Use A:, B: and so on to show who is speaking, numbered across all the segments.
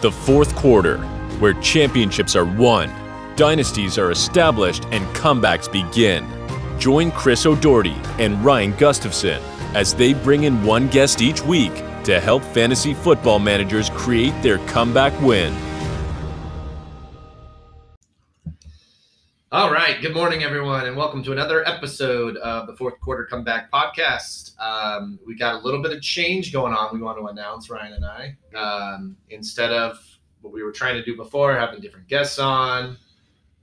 A: The fourth quarter, where championships are won, dynasties are established, and comebacks begin. Join Chris O'Doherty and Ryan Gustafson as they bring in one guest each week to help fantasy football managers create their comeback win.
B: All right. Good morning, everyone, and welcome to another episode of the Fourth Quarter Comeback Podcast. Um, we got a little bit of change going on. We want to announce Ryan and I um, instead of what we were trying to do before, having different guests on,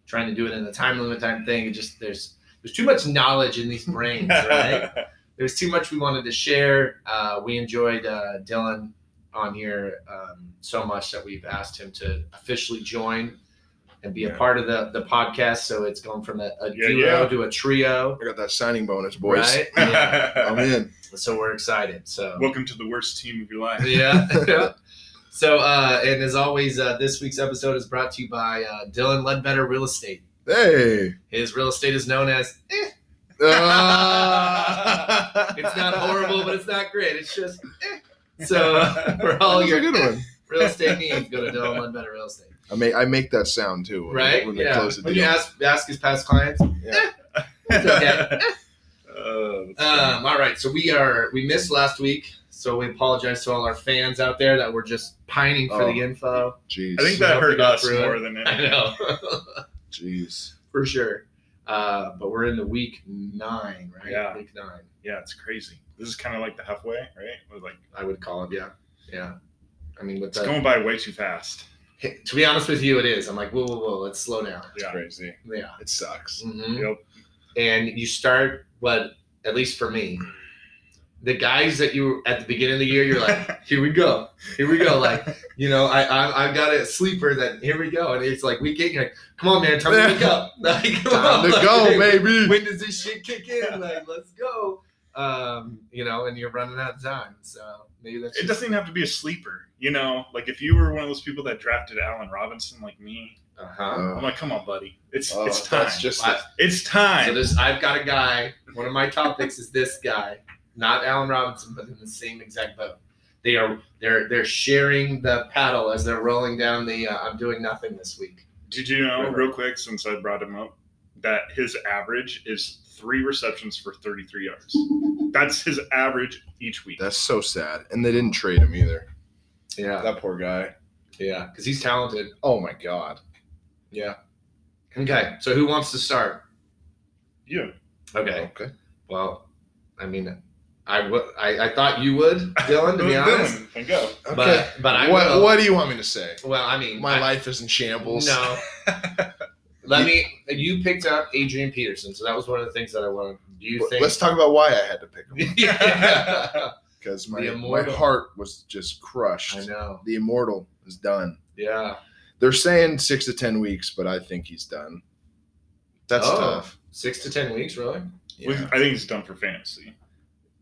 B: trying to do it in the time limit time thing. It just there's there's too much knowledge in these brains, right? There's too much we wanted to share. Uh, we enjoyed uh, Dylan on here um, so much that we've asked him to officially join and be a
C: Yeah.
B: part of the the podcast. So it's going from a, a
C: Yeah,
B: duo
C: yeah.
B: to a trio,
D: I got that signing bonus, boys.
B: right? Yeah.
D: I'm in.
B: so we're excited. So
C: Welcome to the worst team of your life.
B: yeah. so uh, and as always, uh, this week's episode is brought to you by uh, Dylan Ledbetter Real Estate.
D: Hey.
B: His real estate is known as eh,
D: Uh, Ah.
B: it's not horrible, but it's not great. It's just eh. so for
D: That
B: all
D: was a
B: your
D: good one.
B: real estate needs, go to Dylan Ledbetter Real Estate.
D: I make I make that sound too. When,
B: Right?
D: When they
B: yeah.
D: close the
B: when
D: deal.
B: you ask ask his past clients. okay.
C: Uh,
B: Um, all right, so we are we missed last week, so we apologize to all our fans out there that were just pining for
D: Oh.
B: the info.
D: Jeez.
C: I think
B: I
C: that
B: hope we
C: hurt
B: got
C: us
B: through it.
C: more than
B: I
C: anything.
B: know.
D: Jeez.
B: for sure. Uh, but we're in the week nine, right?
C: Yeah.
B: Week nine,
C: Yeah, it's crazy. This is kind of like the halfway, right? We're like
B: I would call it. Yeah, yeah. I mean, with
C: it's
B: the,
C: going by way too fast.
B: Hey, to be honest with you, it is. I'm like, whoa, whoa, whoa, let's slow down.
D: It's
C: Yeah.
D: crazy.
B: Yeah.
D: It sucks.
B: Mhm.
C: Yep.
B: And you start, what at least for me, the guys that you at the beginning of the year, you're like, here we go, here we go. Like, you know, I I, I got a sleeper that here we go, and it's like week eight, you're like, come on, man, time to wake up. Like, come
D: Time
B: on,
D: to
B: like,
D: go,
B: hey,
D: baby.
B: when does this shit kick in? Like, let's go. Um, you know, and you're running out of time. So maybe that's
C: It doesn't even have to be a sleeper, you know. Like if you were one of those people that drafted Allen Robinson, like me,
B: uh-huh.
C: I'm
D: Oh,
C: like, come on, buddy, it's
D: oh,
C: it's time.
D: That's just
B: I-
C: it's time.
B: So there's I've got a guy, one of my topics is this guy, not Alan Robinson, but in the same exact boat. They are they're they're sharing the paddle as they're rolling down the uh, I'm doing nothing this week.
C: Did you know,
D: Right.
C: real quick, since I brought him up, that his average is three receptions for 33 yards. That's his average each week.
D: that's so sad. And they didn't trade him either.
B: Yeah.
D: That poor guy.
B: Yeah, cuz he's talented.
D: Oh my god.
B: Okay. So who wants to start?
C: yeah.
B: Okay. Well, I mean I would I, I thought you would, Dylan, to be honest.
C: Dylan, and go.
D: Okay.
B: But but I
D: what
B: will.
D: what do you want me to say?
B: well, I mean
D: My
B: I-
D: life is in shambles.
B: No. Let me. You picked up Adrian Peterson, so that was one of the things that I wanted. Do you
D: But
B: think?
D: Let's talk about why I had to pick him
B: yeah.
D: because my,
B: The
D: my
B: immortal.
D: heart was just crushed.
B: I know.
D: The immortal is done.
B: Yeah.
D: They're saying six to ten weeks, but I think he's done. That's
B: Oh.
D: tough.
B: Six to ten weeks, really?
C: We-
D: Yeah,
C: I think he's done for fantasy.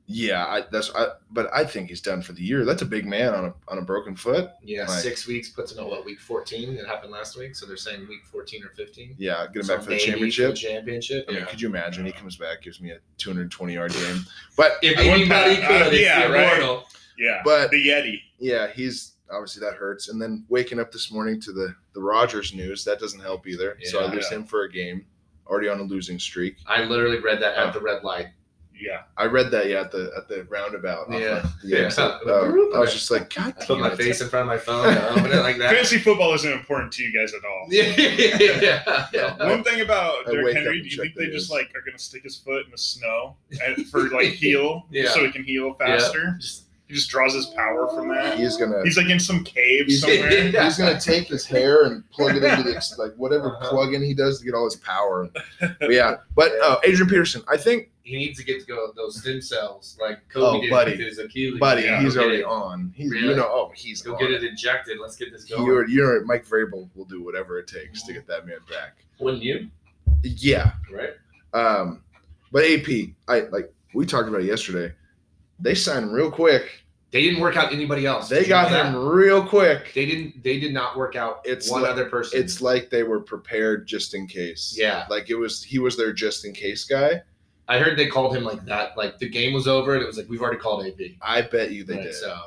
D: yeah. I, that's. I, but I think he's done for the year. That's a big man on a on a broken foot.
B: Yeah.
D: Right.
B: Six weeks puts him at what week fourteen? It happened last week, so they're saying week fourteen or fifteen.
D: Yeah, get him
B: So
D: back for the
B: maybe
D: championship.
B: championship.
D: I mean,
B: yeah.
D: could you imagine? He comes back, gives me a 220 yard game. But
B: If
C: I want
B: anybody
C: that-
B: could,
C: uh,
B: it's
C: yeah,
B: the
C: right.
B: immortal.
C: Yeah.
D: but
C: the Yeti.
D: yeah, he's obviously that hurts. And then waking up this morning to the the Rogers news that doesn't help either. so I
B: Yeah.
D: lose him for a game. Already on a losing streak.
B: I literally read that at the red light.
C: Yeah.
D: I read that yeah at the at the roundabout. off
B: Yeah.
D: of the exit.
B: Yeah.
D: Oh, uh, I was just like, God
B: I put
D: damn
B: my
D: it.
B: face in front of my phone and open it like that.
C: Fantasy football isn't important to you guys at all.
B: yeah. yeah.
C: One thing about
D: I
C: Derrick
D: wake up
C: Henry,
D: and
C: do you
D: check
C: think
D: the
C: they just
D: news.
C: like are gonna stick his foot in the snow and for like heal,
B: Yeah.
C: so he can heal faster?
B: Just
C: He just draws his power from that.
D: He's gonna
C: He's like in some cave
B: He's-
C: somewhere.
B: Yeah.
D: He's gonna take his hair and plug it into the ex- like whatever
B: Uh-huh.
D: plug-in he does to get all his power. But yeah, but uh, Adrian Peterson, I think,
B: he needs to get to go those stem cells like
D: Oh,
B: Kobe did
D: buddy.
B: with his Achilles.
D: buddy,
C: Yeah,
D: he's
B: Go get
D: already
B: it.
D: on. He's
B: Really?
D: you know, oh, he's
B: Go
D: on.
B: get it injected. Let's get this
D: He
B: going.
D: already, you know, Mike Vrabel will do whatever it takes to get that man back.
B: Wouldn't you?
D: Yeah,
B: Right?
D: um, but AP, I like we talked about it yesterday. They signed him real quick.
B: They didn't work out anybody else. Did
D: They
B: you
D: got
B: know
D: him
B: that?
D: real quick.
B: They didn't. They did not work out.
D: It's
B: one
D: like-
B: other person.
D: It's like they were prepared just in case.
B: yeah.
D: Like it was, he was their just in case guy.
B: I heard they called him like that. Like the game was over, and it was like we've already called AP.
D: I bet you they
B: Right,
D: did.
B: So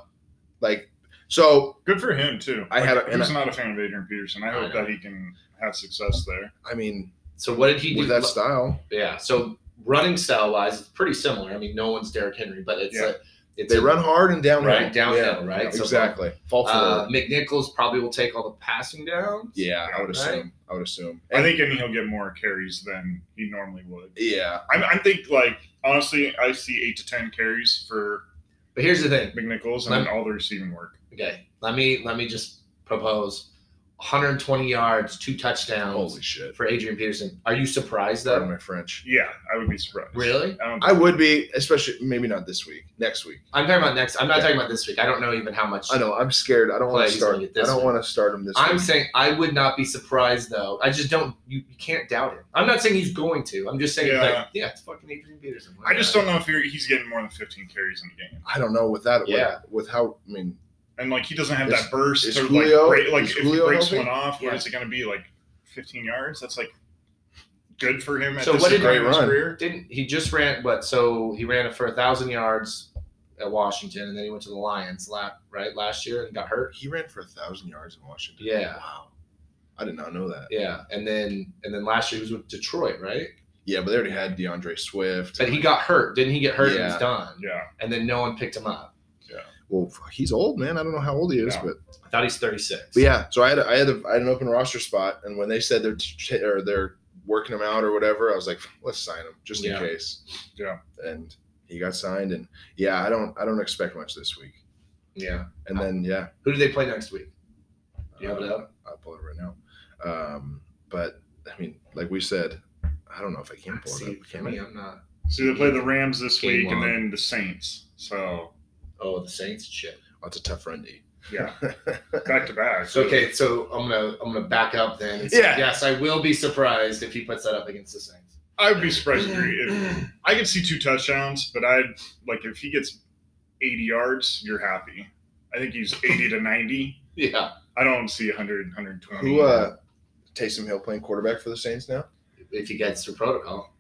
D: like So
C: Good for him too.
D: I had a-
C: Like,
D: and
C: who's
D: I-
C: not a fan of Adrian Peterson. I
B: I
C: hope
B: know.
C: that he can have success there.
D: I mean,
B: So what did he do?
D: with that style,
B: yeah. So running style wise, it's pretty similar. I mean, no one's Derrick Henry, but it's
C: Yeah.
B: a it's
D: they
B: a-
D: run hard and downhill.
B: Right, downhill, right?
D: yeah,
B: So-
D: exactly. Fall forward.
B: Uh, McNichols probably will take all the passing downs.
D: yeah, I would assume.
B: right?
D: I would assume.
C: I think and he'll get more carries than he normally would.
D: Yeah,
C: I, I think like honestly, I see eight to ten carries for
B: But here's the thing.
C: McNichols and then all the receiving work.
B: Okay, let me let me just propose 120 yards, two touchdowns
D: holy shit.
B: for Adrian Peterson. Are you surprised
D: Pardon
B: though?
D: my French.
C: Yeah, I would be surprised.
B: Really?
C: I don't
D: I would be, especially maybe not this week, next week.
B: I'm talking about next. I'm not talking about this week. I don't know even how much.
D: I know I'm scared. I don't want
B: Play,
D: to
B: he's
D: start.
B: gonna
D: I
B: get this
D: don't
B: one.
D: want to start him this.
B: I'm
D: week.
B: saying I would not be surprised though. I just don't. You, you can't doubt it. I'm not saying he's going to. I'm just saying
C: Yeah.
B: like yeah, it's fucking Adrian Peterson.
C: I just don't know if you're, he's getting more than 15 carries in the game.
D: I don't know with that. with-
B: Yeah.
D: With, how I mean,
C: And like he doesn't have
D: Is-
C: that burst
D: is
C: to like
D: Julio-
C: break, like
D: is
C: if
D: Julio
C: he breaks
D: healthy?
C: one off, what
B: Yeah.
C: is it going to be like 15 yards? That's like good for him. At
B: So
C: this
B: what did-
C: point in
D: Great
C: his
D: run.
C: career.
B: Didn't he just ran what? So he ran it for a thousand yards at Washington, and then he went to the Lions, la- right last year, and got hurt.
D: he ran for a thousand yards in Washington.
B: Yeah.
D: Wow. I did not know that.
B: Yeah, and then and then last year he was with Detroit, right?
D: Yeah, but they already had DeAndre Swift.
B: But he got hurt. Didn't he get hurt? and
D: Yeah.
B: He's done.
C: Yeah,
B: And then no one picked him up.
D: well, he's old, man. I don't know how old he is,
C: Yeah.
D: but
B: I thought he's 36.
D: But yeah, so I had a, I had, a, I had an open roster spot, and when they said they're t- or they're working him out or whatever, I was like, let's sign him just
B: Yeah.
D: in case.
C: Yeah.
D: And he got signed, and yeah, I don't I don't expect much this week.
B: Yeah.
D: And then yeah,
B: Who do they play next week? Do you have it
D: uh,
B: up?
D: I'll pull it right now. Um, but I mean, like we said, I don't know if I can pull it
B: See,
D: up.
B: for
D: Can
B: me,
D: I?
B: I'm not.
C: so they play the Rams this
B: Game
C: week and
B: long.
C: then the Saints. So
B: Oh, the Saints shit.
D: That's a tough run, D.
C: yeah, back to back.
B: Okay, so I'm gonna I'm gonna back up then. and say,
D: Yeah.
B: Yes, I will be surprised if he puts that up against the Saints.
C: I would be surprised if, if I could see two touchdowns, but I'd like if he gets 80 yards, you're happy. I think he's 80 to 90.
B: Yeah.
C: I don't see 100, 120.
D: Who uh, Taysom Hill playing quarterback for the Saints now?
B: If he gets through protocol.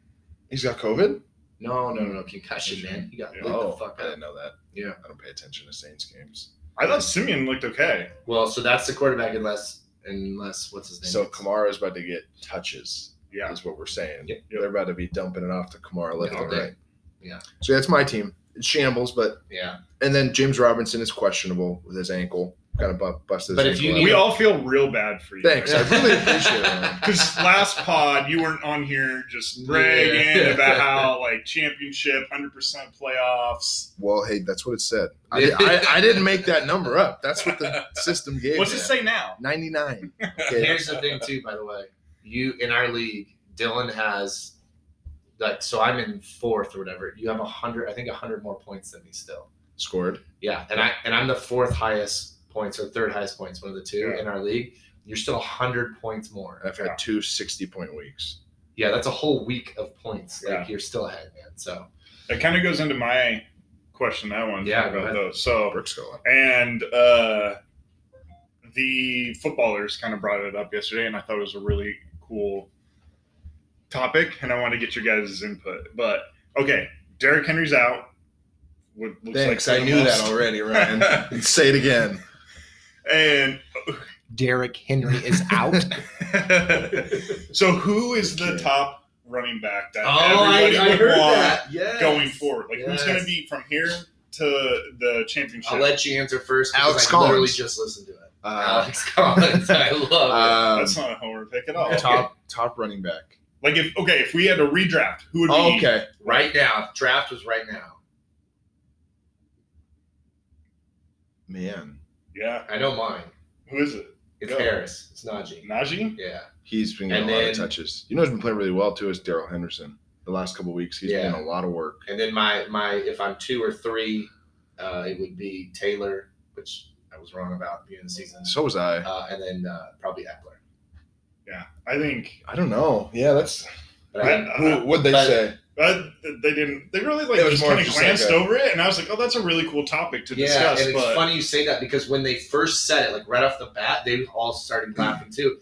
D: He's got COVID. Oh,
B: No, no, no, concussion, man. He got
C: Yeah.
B: lit the fuck
D: I
B: up.
D: didn't know that.
B: Yeah.
D: I don't pay attention to Saints games.
C: I thought Simeon looked okay.
B: Well, so that's the quarterback unless unless what's his name?
D: So Kamara is about to get touches.
C: Yeah.
D: is what we're saying.
B: Yep.
D: They're about to be dumping it off to Kamara left
B: Yeah,
D: and
B: they-
D: right.
B: yeah.
D: So that's my team. It's shambles, but
B: Yeah.
D: and then James Robinson is questionable with his ankle. Kind of bu- busted.
B: But if
D: his
B: you
D: ankle
C: We
B: need-
C: all feel real bad for you.
D: Thanks. I really appreciate it, man.
C: Because last pod, you weren't on here just
B: Yeah.
C: bragging about how, like, championship, 100% playoffs.
D: well, hey, that's what it said. I, did, I, I didn't make that number up. That's what the system gave.
C: What's
D: me.
C: it say now?
D: Ninety nine.
B: And
D: Okay.
B: Here's the thing, too, by the way. You in our league, Dylan has like so I'm in fourth or whatever. You have a hundred, I think a hundred more points than me still.
D: Scored.
B: Yeah, and I and I'm the fourth highest points or third highest points, one of the two
C: Yeah.
B: in our league. You're still a hundred points more.
D: I've had
C: Yeah.
D: two 60 point weeks.
B: Yeah, that's a whole week of points. Like
C: Yeah.
B: you're still ahead, man. So
C: That kind of goes into my question that I wanted to
B: Yeah,
C: talk
B: go
C: about,
B: ahead.
C: though. So,
D: Brooks going.
C: and uh, the footballers kind of brought it up yesterday, and I thought it was a really cool topic, and I want to get your guys' input. But okay, Derrick Henry's out. What looks
D: Thanks.
C: for
D: I
C: the
D: knew that
C: most-
D: already, Ryan. say it again.
C: and
B: Derek Henry is out.
C: so, who is the
D: Okay.
C: top running back that
B: oh, I,
C: everybody
B: I
C: would
B: heard
C: want
B: that. Yes.
C: going forward? Like, who's going
B: Yes.
C: to be from here to the championship?
B: I'll let you answer first. because
D: Alex
B: I literally
D: Collins.
B: just listened to it.
D: Uh,
B: Alex Collins, I love. it.
C: Uh,
D: um,
C: That's not a homer pick at all.
D: top top running back.
C: Like, if okay, if we had a redraft, who would
D: Oh,
C: be?
D: okay.
B: Right now, draft was right now.
D: Man.
C: Yeah,
B: I know mine.
C: who is it?
B: It's
C: Yeah.
B: Harris. It's Najee.
C: Najee.
B: Yeah.
D: He's been getting
B: And
D: a lot
B: then-
D: of touches. You know, who's been playing really well too is Daryl Henderson. The last couple weeks, he's
B: Yeah.
D: been doing a lot of work.
B: And then my my if I'm two or three, uh, it would be Taylor, which I was wrong about beginning of the season.
D: So was I.
B: Uh, and then uh, probably Eckler.
C: Yeah, I think
D: I don't know. Yeah, that's
B: But I,
C: Yeah.
D: who, what'd they
B: But-
D: say.
C: uh, they didn't. They really like
D: It was
C: just
D: more
C: kind of
D: just
C: glanced
D: like a-
C: over it, and I was like, "Oh, that's a really cool topic to
B: yeah,
C: discuss."
B: and it's
C: but
B: funny you say that because when they first said it, like right off the bat, they all started laughing too,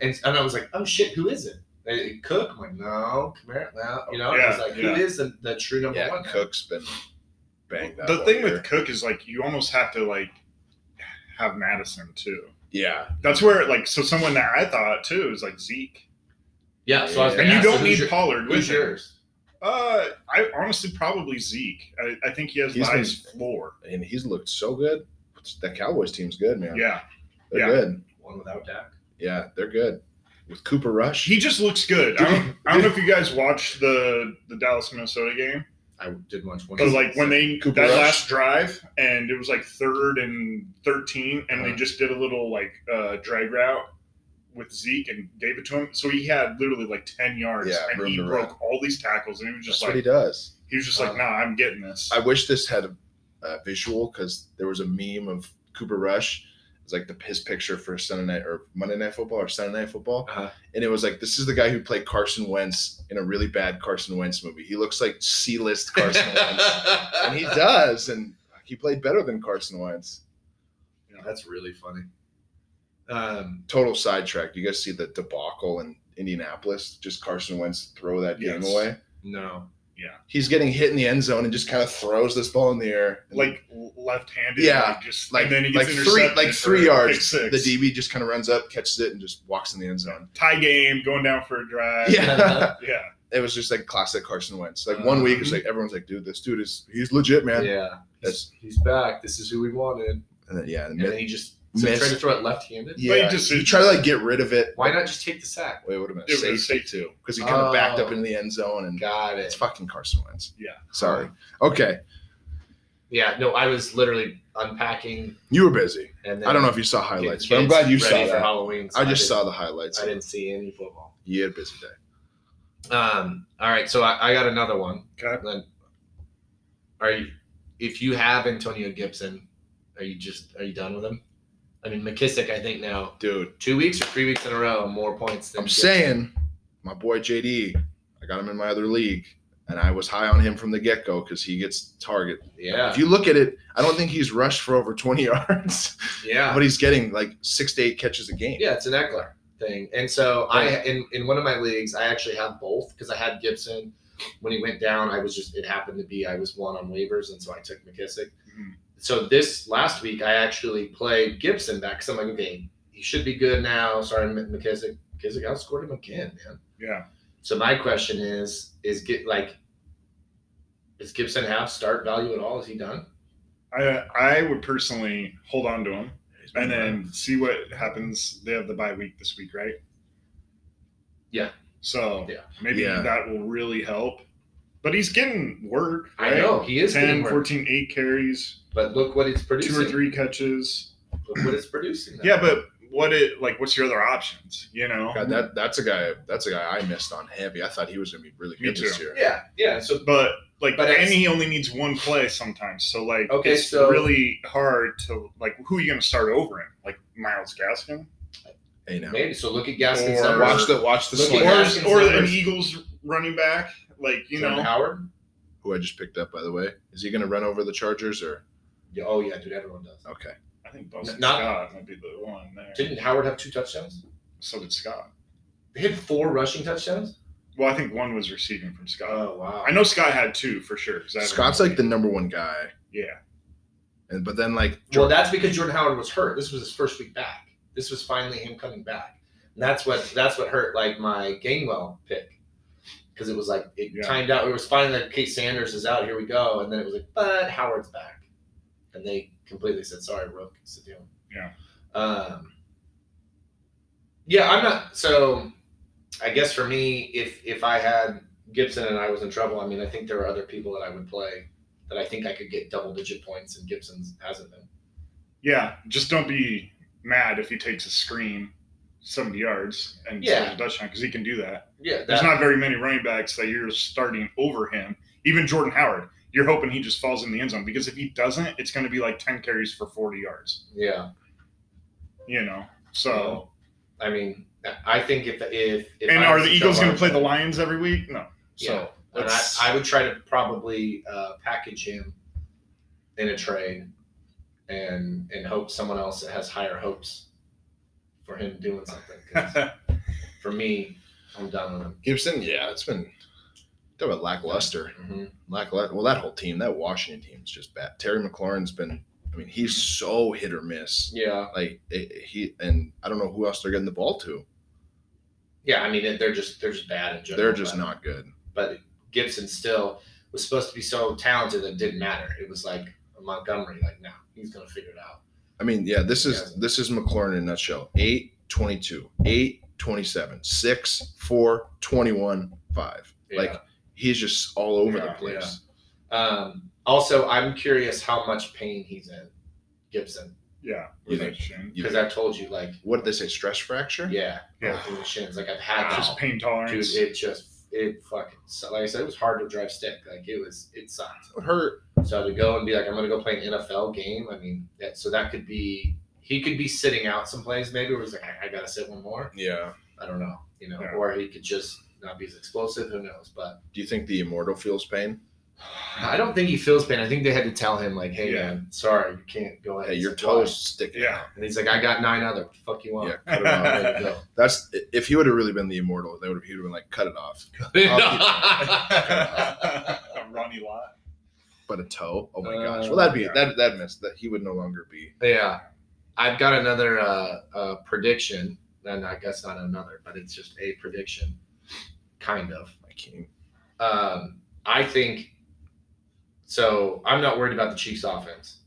B: and and I was like, oh shit, who is it? They- Cook? I'm like, no, Kamara. No, you know, I was
C: Yeah,
B: like,
C: yeah.
B: who is the, the true number
D: Yeah,
B: one? guy?
D: Cook's been banged. up
C: the
D: all
C: thing
D: year.
C: with Cook is like you almost have to like have Madison too.
D: Yeah.
C: That's where like so someone that I thought too is like Zeke,
B: Yeah, so I was
D: Yeah,
C: and
B: gonna
C: you
B: ask,
C: don't
B: who's
C: need
B: your-
C: Pollard with
B: who's
C: him.
B: yours?
C: Uh, I honestly probably Zeke. I, I think he has the
D: He's been-
C: highest floor.
D: And he's looked so good. That Cowboys team's good, man.
C: Yeah,
D: They're
C: yeah.
D: good.
B: One without Dak.
D: Yeah, they're good. With Cooper Rush.
C: he just looks good. I don't, I don't know if you guys watched the the Dallas Minnesota game,
B: I did watch one.
C: but like when they
D: Cooper
C: that
D: Rush.
C: last drive and it was like third and thirteen, and
D: Uh-huh.
C: they just did a little like uh, drag route with Zeke and gave it to him. So he had literally like ten yards,
D: Yeah,
C: and
D: room
C: he
D: to
C: broke
D: run.
C: all these tackles, and he was
D: That's
C: just
D: what he
C: like
D: does.
C: he was just like,
D: Uh,
C: "Nah, I'm getting this."
D: I wish this had a, a visual because there was a meme of Cooper Rush. It's like the his picture for Sunday night or Monday night football or Sunday night football,
B: Uh-huh.
D: and it was like this is the guy who played Carson Wentz in a really bad Carson Wentz movie. He looks like C list Carson Wentz, and he does, and he played better than Carson Wentz.
B: That's really funny. Um,
D: Total sidetrack. You guys see the debacle in Indianapolis? Just Carson Wentz throw that game
C: Yes.
D: away.
B: no.
D: He's getting hit in the end zone and just kind of throws this ball in the air. And
C: like l- left-handed.
D: Yeah,
C: like just
D: like-
C: and then he
D: like
C: gets
D: three-
C: intercepted
D: like three
C: for a
D: yards,
C: pick
D: the
C: six.
D: DB just kind of runs up, catches it, and just walks in the end zone.
C: tie game going down for a drive.
D: Yeah.
C: yeah.
D: it was just like classic Carson Wentz. Like one week, it's
C: Mhm.
D: like everyone's like, dude, this dude is he's legit, man.
B: yeah.
D: That's-
B: He's, he's back. This is who we wanted.
D: And then yeah, and
B: And
D: then,
B: then he just so he
D: Missed.
B: tried to throw it left-handed.
D: yeah,
C: he just-
D: he tried to like get rid of it.
B: Why not just take the sack?
D: Wait, would have been
C: It
D: a
C: was a
D: safe
C: safety.
D: too because he kind of backed up
B: Oh.
D: into the end zone and
B: Got
D: it's
B: it.
D: fucking Carson Wentz.
C: Yeah.
D: sorry. Okay,
B: Yeah. No, I was literally unpacking,
D: you were busy.
B: and then
D: I don't know if you saw highlights, but I'm glad
B: ready
D: you saw
B: for
D: that.
B: Halloween. so
D: I just
B: didn't-
D: saw the highlights.
B: I didn't see any football.
D: You had a busy day.
B: Um. All right. So I, I got another one.
C: Okay.
B: Then, are you? If you have Antonio Gibson, are you just are you done with him? I mean, McKissick. I think now
D: dude.
B: two weeks or three weeks in a row more points than
D: I'm
B: Gibson.
D: saying, my boy JD, I got him in my other league, and I was high on him from the get go because he gets target
B: Yeah.
D: If you look at it, I don't think he's rushed for over 20 yards,
B: Yeah.
D: but he's getting like six to eight catches a game.
B: Yeah, it's an Eckler thing. And so I in, in one of my leagues, I actually have both because I had Gibson. When he went down, I was just it happened to be I was one on waivers, and so I took McKissick.
C: Mhm.
B: So this last week, I actually played Gibson back because I'm like, okay, he should be good now. Sorry, M- McKissick. McKissick outscored him again, man.
C: Yeah.
B: So my question is, is get like, does Gibson have start value at all? Is he done?
C: I I would personally hold on to him and then see what happens. They have the bye week this week, right?
B: Yeah.
C: So
B: Yeah.
C: maybe
D: Yeah.
C: that will really help. But he's getting work.
B: I
C: right?
B: know he is
C: 10,
B: getting
C: 14, 8 carries,
B: but look what it's producing.
C: two or three catches.
B: Look what it's producing. now.
C: Yeah, but what it like? What's your other options? You know,
D: God, that that's a guy. That's a guy I missed on heavy. I thought he was gonna be really
C: Me
D: good this
C: too.
D: year.
B: Yeah, yeah. So
C: but like
B: But
C: and
B: it's-
C: he only needs one play sometimes so like
B: Okay,
C: it's
B: so-
C: really hard to like who are you going to start over him like miles gaskin
D: Hey now,
B: maybe so. Look at Gaskin's
C: Or-
B: number.
D: watch the watch the
B: Look at
D: slate,
B: that.
C: or,
B: Gaskin's
C: or an
B: numbers.
C: eagles running back like you
B: Jordan
C: know
B: Howard.
D: who I just picked up by the way. Is he gonna run over the Chargers or
B: Yeah, oh yeah, dude. Everyone does.
D: okay?
C: i think Boston
B: Not-
C: scott might be the one there
B: Didn't Howard have two touchdowns?
C: so did scott
B: They had four rushing touchdowns.
C: well i think one was receiving from scott Uh,
B: wow.
C: i know scott had two for sure 'cause I haven't
D: Scott's
C: really-
D: like the number one guy,
C: yeah
D: and but then like
B: Well, that's because Jordan Howard was hurt. This was his first week back. This was finally him coming back. And that's what that's what hurt like my Gainwell pick. Because it was like it
C: Yeah.
B: timed out. It was finally like Kate Sanders is out. Here we go. And then it was like, but Howard's back, and they completely said, "Sorry, Rook, sit down."
C: Yeah.
B: Um. Yeah, I'm not. So, I guess for me, if if I had Gibson and I was in trouble, I mean, I think there are other people that I would play that I think I could get double digit points, and Gibson's hasn't been.
C: yeah just don't be mad if he takes a screen 70 yards and
B: Yeah.
C: scores a touchdown because he can do that
B: Yeah,
C: There's
B: that,
C: not very many running backs that you're starting over him. Even Jordan Howard, you're hoping he just falls in the end zone because if he doesn't, it's going to be like 10 carries for 40 yards,
B: yeah.
C: you know? So,
B: I mean, I think if if, if
C: and
B: I
C: are
B: was
C: the
B: in
C: Eagles
B: trouble,
C: going to play the
B: I'd-
C: Lions every week? No. So,
B: Yeah. And I,
C: let's-
B: I would try to probably uh, package him in a trade, and and hope someone else has higher hopes for him doing something. 'Cause for me, I'm done with him.
D: Gibson, yeah, it's been talk about lackluster,
B: Mhm.
D: lackluster. Well, that whole team, that Washington team's just bad. Terry McLaurin's been. I I mean, he's so hit or miss.
B: Yeah.
D: Like it, he and I don't know who else they're getting the ball to.
B: Yeah. I mean, they're just they're just bad in general.
D: They're just
B: but-
D: not good.
B: But Gibson still was supposed to be so talented that it didn't matter. It was like Montgomery, like no, he's gonna figure it out.
D: I mean, yeah, this is
B: Yeah.
D: this is McLaurin in a nutshell. 8, 22, 8, 27, 6, 4, 21, 5.
B: Yeah.
D: Like he's just all over the
C: Yeah,
D: place.
B: um, also, I'm curious how much pain he's in, Gibson,
C: Yeah.
D: You
C: With
D: think-
C: that shin.
D: You
B: because
D: think-
B: I've told you like
D: what did they say? Stress fracture?
B: yeah,
C: Yeah.
B: through the shins. Like I've had that.
C: Just pain
B: Dude,
C: tolerance.
B: it just it fucking so like I said, it was hard to drive stick. Like it was it sucked.
D: It hurt.
B: So to go and be like, I'm gonna go play an NFL game. I mean, that so that could be he could be sitting out some plays maybe where he's like, I, I gotta sit one more.
D: Yeah.
B: I don't know, you know,
C: Yeah.
B: or he could just not be as explosive. Who knows? But
D: Do you think the immortal feels pain?
B: I don't think he feels pain. I think they had to tell him like, hey
C: Yeah.
B: man, sorry, you can't go ahead.
D: Hey,
B: He's
D: your
B: like, "Why?"
D: toes sticking
C: Yeah.
D: out.
B: And he's like, I got nine other. What the fuck you want?
D: Yeah, cut it off.
B: Way to go.
D: That's if he would have really been the immortal, they would have he would have been like, cut it off.
C: Ronnie Lott.
D: But a toe? Oh my gosh.
B: Uh,
D: Well that'd be
C: yeah.
D: that that missed that he would no longer be.
B: Yeah, I've got another uh, uh, prediction, and I guess not another, but it's just a prediction, kind of.
D: my king.
B: Um, I think so. I'm not worried about the Chiefs' offense.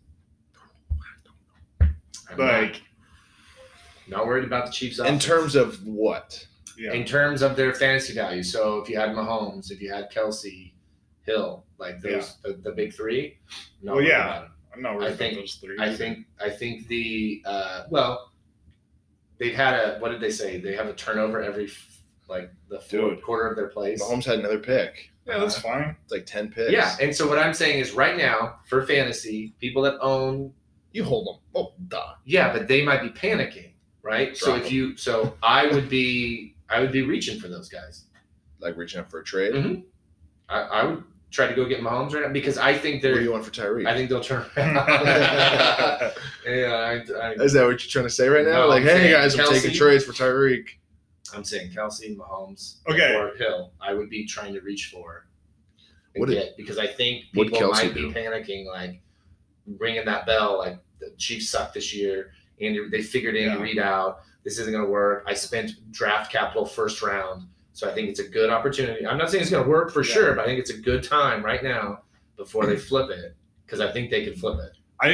B: I'm not-
C: Like,
B: not, worried about the Chiefs'
D: In
B: offense.
D: terms of what?
C: yeah.
B: in terms of their fantasy value. So if you had Mahomes, if you had Kelsey, Hill, like those the, the big three. I'm not
C: Well,
B: worried
C: yeah.
B: about it.
C: I'm not
B: I
C: worried about
B: think-
C: those three.
B: I think I think the uh, well, they've had a what did they say? They have a turnover every f- like the fourth
D: Dude.
B: quarter of their plays.
D: Mahomes had another pick.
C: Yeah, that's
B: uh,
C: fine.
D: It's like ten picks.
B: Yeah, and so what I'm saying is right now for fantasy people that own
D: You hold them. Oh duh.
B: yeah, but they might be panicking right. so
D: Drop
B: if
D: 'em.
B: you so I would be I would be reaching for those guys.
D: Like reaching up for a trade.
B: Mhm. I, I would try to go get Mahomes right now because I think
D: What do
B: they're
D: you want for Tyree?
B: I think they'll turn. yeah,
C: yeah.
B: I, I,
D: Is that what you're trying to say right now?
B: No,
D: like,
B: I'm
D: hey
B: saying
D: guys, I'm
B: Kelsey.
D: taking trades for Tyreek.
B: I'm saying Kelsey, Mahomes,
C: Okay.
B: or Hill. I would be trying to reach for and
D: What did-
B: get, because I think
D: what'd
B: people
D: Kelsey
B: might
D: do?
B: be panicking, like ringing that bell, like the Chiefs suck this year. Andy, they figured Andy
C: Yeah.
B: Reid out. This isn't going to work. I spent draft capital first round, so I think it's a good opportunity. I'm not saying it's going to work for
C: Yeah.
B: sure, but I think it's a good time right now before they flip it because I think they could flip it.
C: I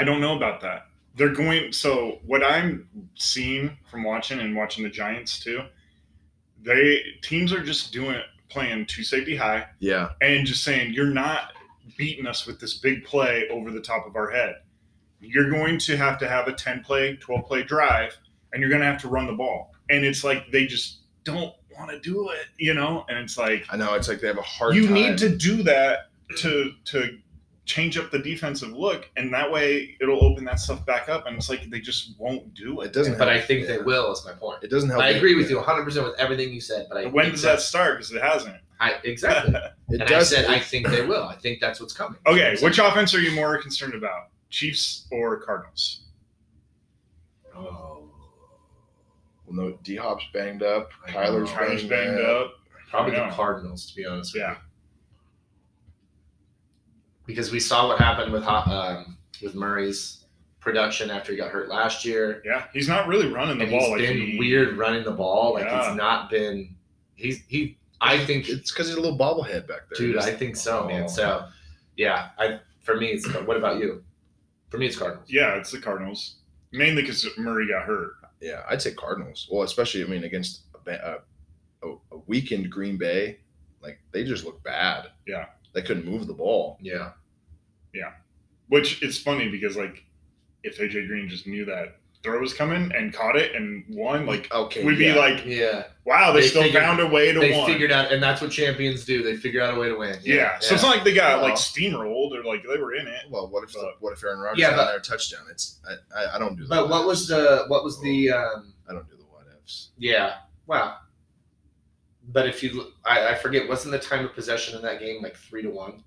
C: I don't know about that. They're going so what I'm seeing from watching and watching the Giants too, they teams are just doing playing two safety high
D: Yeah.
C: and just saying you're not beating us with this big play over the top of our head. You're going to have to have a 10 play, 12 play drive and you're going to have to run the ball. And it's like they just don't want to do it, you know? And it's like
D: I know. It's like they have a hard
C: you
D: time.
C: need to do that to to change up the defensive look and that way it'll open that stuff back up and it's like they just won't do
D: it
C: it
D: doesn't
B: But I
D: help.
B: think
D: Yeah.
B: they will. Is my point.
D: it doesn't help.
B: I
D: that-
B: agree with you 100 percent with everything you said. But I
C: when
B: think
C: does that start because it hasn't
B: I, exactly.
D: It
B: and
D: does
B: I said, I think they will. I think that's what's coming.
C: okay which offense are you more concerned about chiefs or cardinals
B: Oh,
D: well, no, D Hop's banged up.
B: I know.
D: Kyler's
C: Kyler's
D: banged,
C: banged
D: up.
C: up
B: probably the
C: Yeah.
B: Cardinals, to be honest. with
C: Yeah.
B: you. Because we saw what happened with Ho- um, with Murray's production after he got hurt last year,
C: yeah he's not really running the
B: and he's
C: ball like
B: been
C: he,
B: weird running the ball. Like
C: Yeah.
B: he's not been. He's he. I think,
D: It's because he's a little bobblehead back there.
B: dude.
D: Just-
B: I think so,
D: Oh.
B: man. So, yeah. I for me, it's. What about you? For me, it's Cardinals.
C: yeah it's the cardinals mainly because murray got hurt
D: yeah, I'd say Cardinals. Well, especially I mean against a, ba- a, a- a weakened Green Bay, like they just look bad.
C: Yeah.
D: They couldn't move the ball.
B: Yeah.
C: which it's funny because like if aj green just knew that throw was coming and caught it and won like
D: okay,
C: we'd
D: yeah.
C: be like
B: Yeah.
C: wow they,
B: They
C: still
B: figured-
C: found a way to
B: They
C: win
B: figured out, and that's what champions do. They figure out a way to win.
C: Yeah. So it's not like they got
D: Well.
C: like steamrolled or like they were in it.
D: well, what if the,
C: But-
D: what if Aaron Rodgers
B: Yeah,
D: had
B: but-
D: another touchdown? It's I, I, I don't do that.
B: But what was the what was the um
D: I don't do the what ifs.
B: yeah wow. But if you look- I, I forget wasn't the time of possession in that game like three to one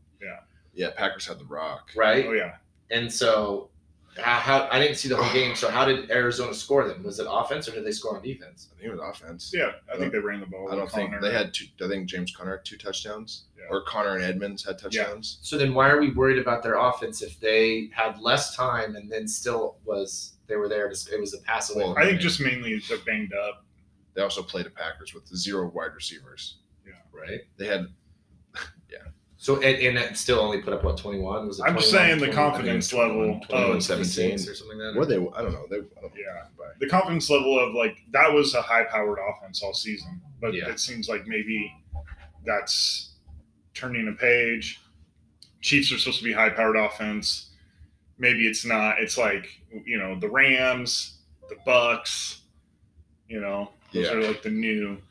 D: Yeah, Packers had the rock.
B: right
C: Oh yeah.
B: and so How, how I didn't see the whole game, so how did Arizona score them? Was it offense or did they score on defense?
D: I think it was offense.
C: Yeah, I think they ran the ball.
D: I don't
C: with
D: think
C: Connor.
D: they had two. I think James Conner had two touchdowns,
C: Yeah.
D: or Connor and Edmonds had touchdowns.
B: So then why are we worried about their offense if they had less time and then still was they were there? to- It was a pass away.
D: Well,
C: I think just mainly they're banged up.
D: They also played the Packers with zero wide receivers.
B: right.
D: They had
B: So and, and that still only put up what twenty one was. It
C: I'm just saying the
B: 21,
C: confidence
D: 21,
C: level
D: 21,
C: of
B: 17
D: 17.
B: or something like that.
D: Were they? I don't know. They. I don't
C: Yeah.
D: Know.
C: the confidence level of like that was a high powered offense all season, but
B: Yeah.
C: it seems like maybe that's turning a page. Chiefs are supposed to be high powered offense. Maybe it's not. It's like you know the Rams, the Bucks. You know those
D: Yeah.
C: are like the new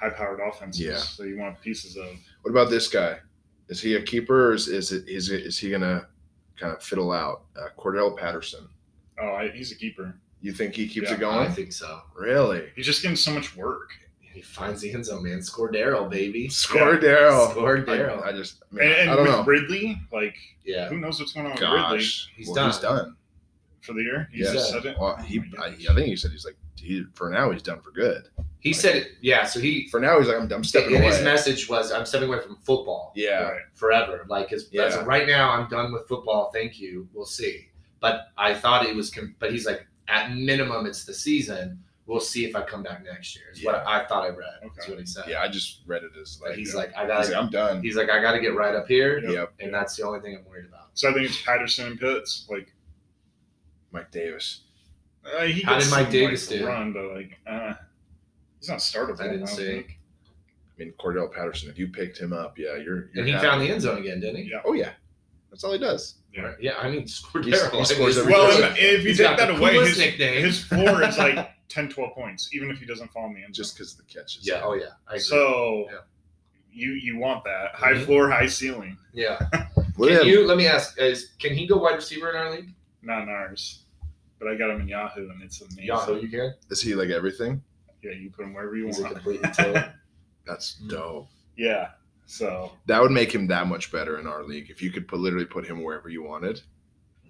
C: high powered offenses.
D: Yeah.
C: So you want pieces of
D: What about this guy? Is he a keeper? Or is is it, is it, is he gonna kind of fiddle out? Uh, Cordell Patterson.
C: oh I, he's a keeper.
D: You think he keeps
C: Yeah,
D: it
B: I
D: going?
B: think so.
D: really?
C: He's just getting so much work.
B: He finds the end zone, man. Score Daryl, baby.
D: Score Daryl.
B: Score
D: I-
B: Daryl.
D: I, just. I, mean,
C: And, and
D: I don't
C: with
D: know.
C: Ridley, like
B: Yeah.
C: who knows what's going on with Ridley
D: Gosh,
B: He's
D: well,
B: done.
D: He's done.
C: for the year? He
D: Yeah.
C: just said it.
D: Well,
C: Oh
D: he,
C: my
D: I, I
C: gosh.
D: think he said he's like he, for now he's done for good.
B: He said it. Yeah. So he.
D: For now he's like I'm, I'm stepping
B: and
D: away.
B: his message was, "I'm stepping away from football
D: yeah,
C: Right.
B: forever. Like, as, as
D: Yeah.
B: of right now, I'm done with football. Thank you. We'll see." But I thought he was. Com- but he's like, at minimum, it's the season. We'll see if I come back next year. Is what
D: Yeah.
B: I thought I read. Is
C: Okay.
B: what he said.
D: yeah. I just read it as
B: But
D: like
B: he's
D: uh,
B: like, I
D: he's
B: got.
D: like, I'm done.
B: He's like, I got to get right up here,
D: yep.
B: and that's the only thing I'm worried about.
C: So I think it's Patterson and Pitts. Like
D: Mike Davis.
C: uh, he
B: How
C: gets
B: did Mike
C: some,
B: Davis
C: like,
B: do?
C: run, but like uh, he's not startable.
B: I didn't
C: don't
B: see.
C: think.
D: I mean Cordell Patterson. If you picked him up, yeah, you're. you're
B: And he
D: happy.
B: found the end zone again, didn't he?
C: Yeah.
D: Oh yeah, that's all he does.
C: Yeah.
B: Right. Yeah, I mean, score
D: He's-
B: Daryl.
D: he scores every
C: Well,
D: He's
C: and if you
B: he's
C: take
B: got
C: that
B: the
C: away,
B: coolest
C: his,
B: nickname.
C: his floor is like 10, 12 points, even if he doesn't fall in the end zone.
D: Just because of the catches.
B: yeah, oh yeah, I agree.
C: so
B: Yeah.
C: you you want that high
B: Mhm.
C: floor, high ceiling,
B: yeah.
D: What
B: Can
D: if-
B: you let me ask? Is can he go wide receiver in our league?
C: not in ours. But I got him in Yahoo, and it's amazing.
B: Yahoo, you can.
D: is he like everything?
C: Yeah, you put him wherever you
B: He's a
C: want.
B: complete utility.
D: That's
B: Mm.
D: dope.
C: yeah. So
D: That would make him that much better in our league if you could put literally put him wherever you wanted.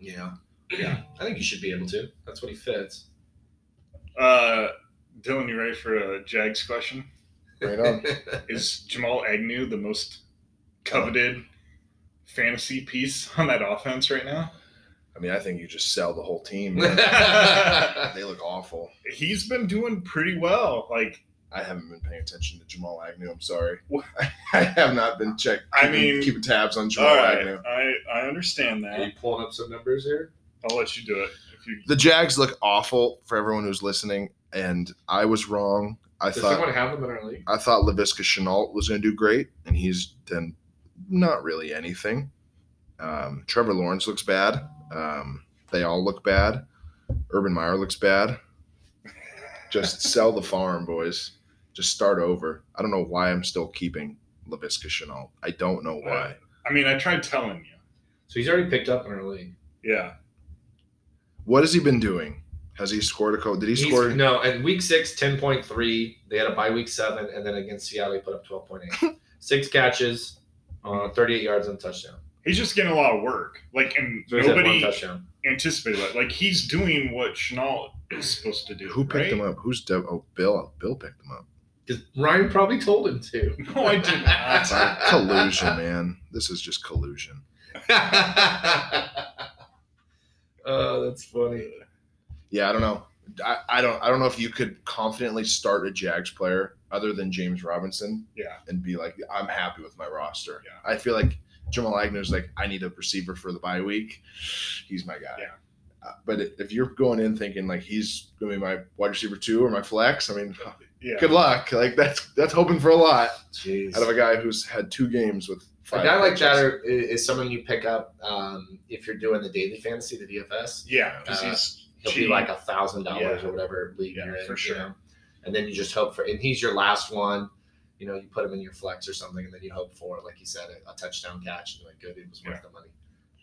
B: yeah, yeah. I think you should be able to. That's what he fits.
C: uh, Dylan, you ready for a Jags question?
D: Right on.
C: Is Jamal Agnew the most coveted fantasy piece on that offense right now?
D: I mean, I think you just sell the whole team. man.
B: yeah,
D: they look awful.
C: He's been doing pretty well. Like,
D: I haven't been paying attention to Jamal Agnew. I'm sorry.
C: What?
D: I have not been checking.
C: I mean-
D: keeping tabs on Jamal
C: all right,
D: Agnew.
C: I, I understand
B: are you
C: that.
B: pulling up some numbers here?
C: I'll let you do it. If you
D: The Jags look awful for everyone who's listening, and I was wrong. I
B: Does
D: thought
B: someone have them in our league?
D: I thought Lavisca Chenault was going to do great, and he's done not really anything. Um, Trevor Lawrence looks bad. Um, they all look bad. Urban Meyer looks bad. Just sell the farm, boys. Just start over. I don't know why I'm still keeping Lavisca Chenault. I don't know why.
C: I mean, I tried telling you.
B: So he's already picked up in our league.
C: Yeah.
D: What has he been doing? Has he scored a code? Did he
B: He's-
D: score?
B: no, and week six, 10.3. They had a bye week seven, and then against Seattle, he put up 12.8. Six catches, uh, 38 yards and a touchdown.
C: He's just getting a lot of work. Like, and
B: So he's had one
C: nobody
B: touchdown.
C: anticipated that. Like, he's doing what Chenault is supposed to do.
D: Who picked
C: right?
D: him up? Who's Dev? Oh, Bill. Bill picked him up.
B: Because Ryan probably told him to.
C: No, I did not.
D: collusion, man. This is just collusion.
B: oh, that's funny.
D: Yeah, I don't know. I, I don't I don't know if you could confidently start a Jags player other than James Robinson
C: Yeah.
D: and be like, I'm happy with my roster.
C: Yeah.
D: I feel like Jamal Agnew's like, I need a receiver for the bye week. He's my guy.
C: Yeah.
D: Uh, but if you're going in thinking like he's going to be my wide receiver two or my flex, I mean,
C: Yeah.
D: good luck. Like that's that's hoping for a lot
B: Jeez.
D: out of a guy who's had two games with
B: A
D: five.
B: guy like that
D: touches.
B: are, i- is someone you pick up um, if you're doing the daily fantasy, the DFS.
C: Yeah. Because
B: Uh,
C: he's.
B: He'll
C: cheap.
B: be like a thousand dollars
C: Yeah.
B: or whatever league
C: Yeah,
B: you're in,
C: for
B: you
C: sure.
B: know? And then you just hope for, and he's your last one. You know, you put him in your flex or something, and then you hope for, like you said, a, a touchdown catch, and you're like, good, it was worth the money.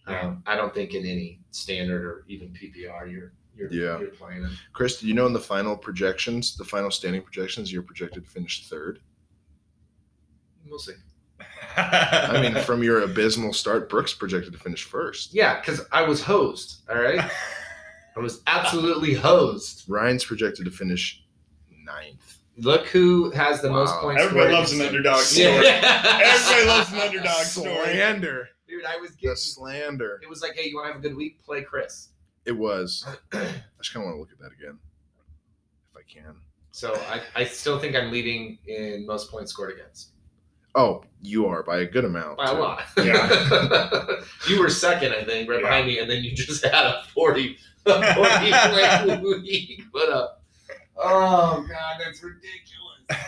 C: Yeah.
B: Um, I don't think in any standard or even PPR you're you're,
D: Yeah.
B: you're playing him.
D: Chris, do you know in the final projections, the final standing projections, you're projected to finish third?
B: We'll see.
D: I mean, from your abysmal start, Brooks projected to finish first.
B: Yeah, because I was hosed. All right. I was absolutely hosed.
D: Ryan's projected to finish ninth.
B: Look who has the most
D: Wow.
B: points.
C: Everybody
B: scored.
C: loves an underdog story.
B: Yeah.
C: Everybody loves an underdog story.
D: slander.
B: Dude, I was getting.
D: The slander.
B: It was like, hey, you want to have a good week? Play Chris.
D: It was. I just kind of want to look at that again, if I can.
B: So I, I still think I'm leading in most points scored against.
D: Oh, you are by a good amount.
B: By a
D: too.
B: lot.
C: Yeah.
B: you were second, I think, right
C: Yeah.
B: behind me, and then you just had a 40, a 40 point uh, lead. What up? Oh, God, that's ridiculous.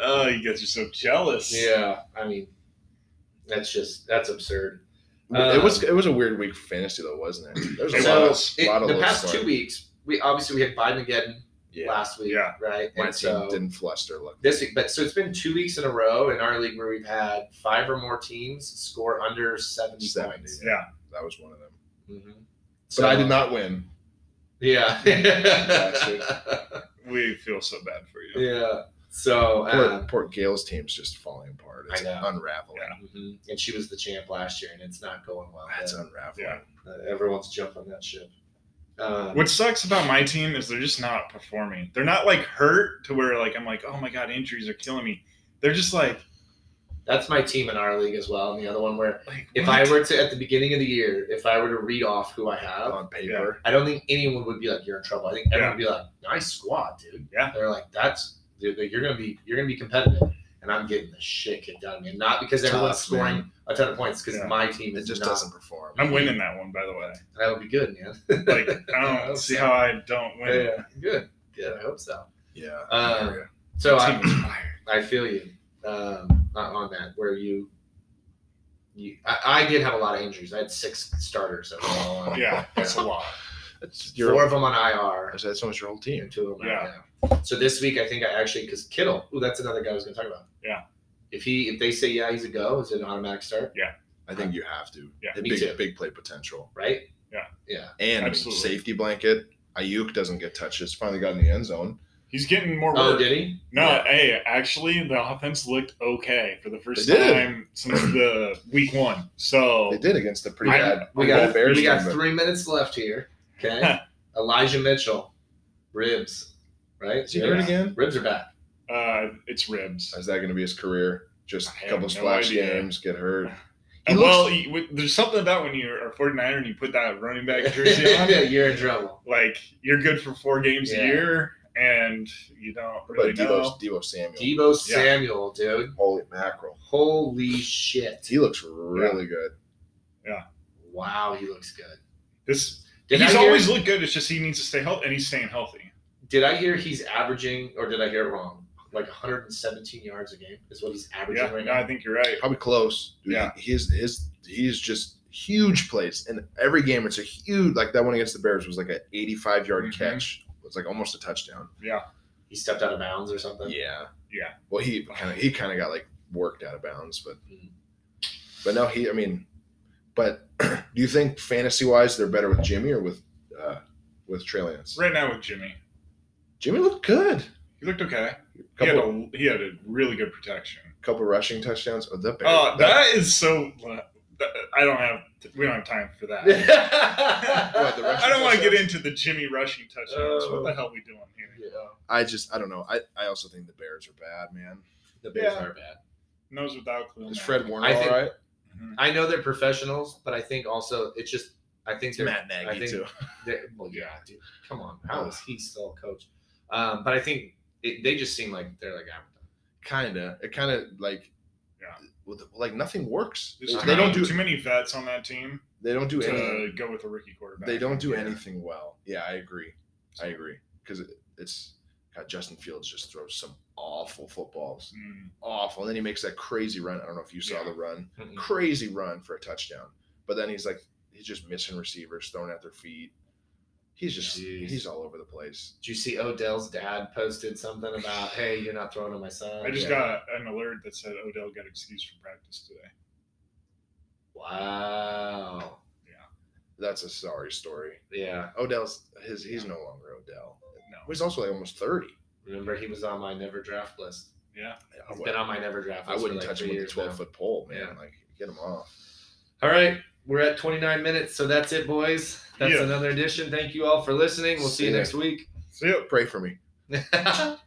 C: Oh, you guys are so jealous.
B: Yeah, I mean, that's just, that's absurd.
D: it was it was a weird week for fantasy though, wasn't it? There was a
C: It
B: So,
D: lot, of,
B: Um, it-
D: lot of
B: the
D: low
B: past
D: scoring.
B: two weeks, we obviously we had Biden again
D: Yeah,
B: last week,
C: Yeah.
B: right?
D: my
B: and
D: team
B: so
D: didn't flush their luck.
B: this week, but so it's been two weeks in a row in our league where we've had five or more teams score under 70,
D: 70.
B: points.
C: Yeah.
D: That was one of them.
B: Mhm.
D: But I did not win.
B: Yeah.
C: We feel so bad for you.
B: yeah. So,
D: Poor,
B: uh,
D: poor Gail's team's just falling apart. It's
B: I know.
D: unraveling.
C: Yeah.
B: mhm. and she was the champ last year, and it's not going well.
D: That's
B: Yeah.
D: unraveling.
C: Yeah.
B: Uh, everyone's jumping on that ship. Um,
C: What sucks about my team is they're just not performing. They're not like hurt to where like I'm like, oh my god, injuries are killing me. They're just like,
B: that's my team in our league as well, and the other one where
C: like
B: if
C: what?
B: I were to at the beginning of the year, if I were to read off who I have,
D: On paper,
B: I don't think anyone would be like, "You're in trouble." I think everyone would be like, "Nice squad, dude."
C: Yeah.
B: They're like, "That's dude, like, you're gonna be you're gonna be competitive." And I'm getting the shit kicked out of me, and not because everyone's
D: Tough,
B: scoring
D: man.
B: a ton of points, because
C: Yeah.
B: my team
D: it
B: is
D: just
B: not.
D: doesn't perform.
C: I'm winning that one, by the way.
B: That would be good, man.
C: Like I don't see how I don't win.
B: Yeah, good, good. I hope so.
D: Yeah.
B: Uh,
D: yeah.
B: So
C: My
B: I,
C: team is fired.
B: I feel you um, on on that. Where you, you, I, I did have a lot of injuries. I had six starters overall. and
C: Yeah, that's a lot.
D: That's your.
B: Four of them on IR.
D: That's almost your whole
B: you know,
D: team.
B: two of them.
C: Yeah.
B: Yeah. So this week, I think I actually because Kittle. Ooh, that's another guy I was going to talk about.
C: Yeah.
B: If he if they say yeah, he's a go. Is it an automatic start?
D: I think you have to.
C: Yeah.
D: The
B: Me
D: big,
B: too.
D: big play potential.
B: Right.
C: Yeah.
B: Yeah.
D: And I mean,
C: Absolutely.
D: safety blanket. Ayuk doesn't get touches. Finally got in the end zone.
C: He's getting more
B: Oh,
C: work.
B: did he?
C: no,
D: Yeah.
C: hey, actually the offense looked okay for the first
D: They did.
C: time since the week one. So
D: They did against a pretty
C: I-
D: bad.
B: We
D: bad
B: got
D: Bears
B: we got
D: team, but-
B: three minutes left here. Okay. Elijah Mitchell, ribs. Right.
D: Is he
B: Ribs.
D: hurt again?
B: Ribs are back.
C: uh it's ribs.
D: Is that going to be his career? Just
C: I
D: a
C: have
D: couple
C: no
D: splash
C: idea.
D: games, get hurt.
C: And
D: looks-
C: well, he- w- there's something about when you're a 49er and you put that running back jersey on,
B: yeah, you're in trouble.
C: like you're good for four games
B: Yeah.
C: a year, and you don't
D: What
C: really
D: about Debo,
C: know.
D: Debo Samuel?
B: Debo
C: Yeah.
B: Samuel, dude.
D: Holy mackerel.
B: Holy shit.
D: He looks really good.
B: Wow, he looks good.
C: This
B: Did
C: he's
B: I hear,
C: always looked good. It's just he needs to stay healthy, and he's staying healthy.
B: Did I hear he's averaging, or did I hear it wrong? Like 117 yards a game is what he's averaging
C: Yeah,
B: right
C: no,
B: now.
C: I think you're right.
D: Probably close. Dude,
C: Yeah.
D: He, he's, his, he's just huge plays. And every game, it's a huge, like that one against the Bears was like an 85 yard
C: Mhm.
D: catch. It was like almost a touchdown.
B: He stepped out of bounds or something.
D: Yeah.
C: Yeah.
D: Well, he kind of he kind of got like worked out of bounds, but
B: Mhm.
D: but no, he. I mean, but do you think fantasy wise they're better with Jimmy or with uh with Trey Lance?
C: Right now with Jimmy,
D: Jimmy looked good.
C: he looked okay. He had
D: Couple
C: a he had a really good protection.
D: couple rushing touchdowns. Oh, the Bears.
C: Oh, that is so. uh, I don't have. We don't have time for that.
D: What, the rushing
C: I don't want to get
D: touchdowns?
C: into the Jimmy rushing touchdowns.
B: Oh.
C: What the hell are we doing here?
B: Yeah,
D: I just I don't know. I, I also think the Bears are bad, man.
B: the Bears
C: Yeah.
B: are bad.
C: Nose without clue. Mm-hmm.
D: Is Fred Warner
B: I
D: all right?
B: think- I know they're professionals, but I think also it's just I think they're
D: Matt
B: I
D: Nagy
B: think-
D: too.
B: They- well, yeah, dude, come on. How is he still a coach? Um, but I think it, they just seem like they're like, I'm done.
D: Kinda. It kind of like
C: Yeah.
D: with- like nothing works. They,
C: There's
D: they don't do
C: too many vets on that team.
D: they don't do any
C: to go with a rookie quarterback.
D: they don't do
C: Yeah.
D: anything well. Yeah, I agree. I agree because it, it's God, Justin Fields just throws some awful footballs,
C: Mm,
D: awful, and then he makes that crazy run. I don't know if you saw
C: Yeah. Mm-hmm.
D: the run, crazy run for a touchdown. But then he's like, he's just missing receivers, throwing at their feet. He's just
B: Jeez.
D: he's all over the place.
B: Did you see Odell's dad posted something about, hey, you're not throwing to my son?
C: I just
D: Yeah.
C: got an alert that said Odell got excused from practice today.
B: Wow.
D: That's a sorry story.
B: Yeah.
D: Odell's his he's no longer Odell.
C: No.
D: He's also like almost thirty.
B: Remember, he was on my never draft list.
C: Yeah.
D: I,
B: He's
D: would,
B: been on my never draft list.
D: I wouldn't
B: for like
D: touch
B: three
D: him with a
B: years now.
D: twelve foot pole, man.
B: Yeah.
D: Like get him off.
B: All right. we're at 29 minutes, so that's it, boys. That's
C: Yeah.
B: another edition. Thank you all for listening. We'll see you
D: See ya.
B: next week.
C: See ya.
D: Pray for me.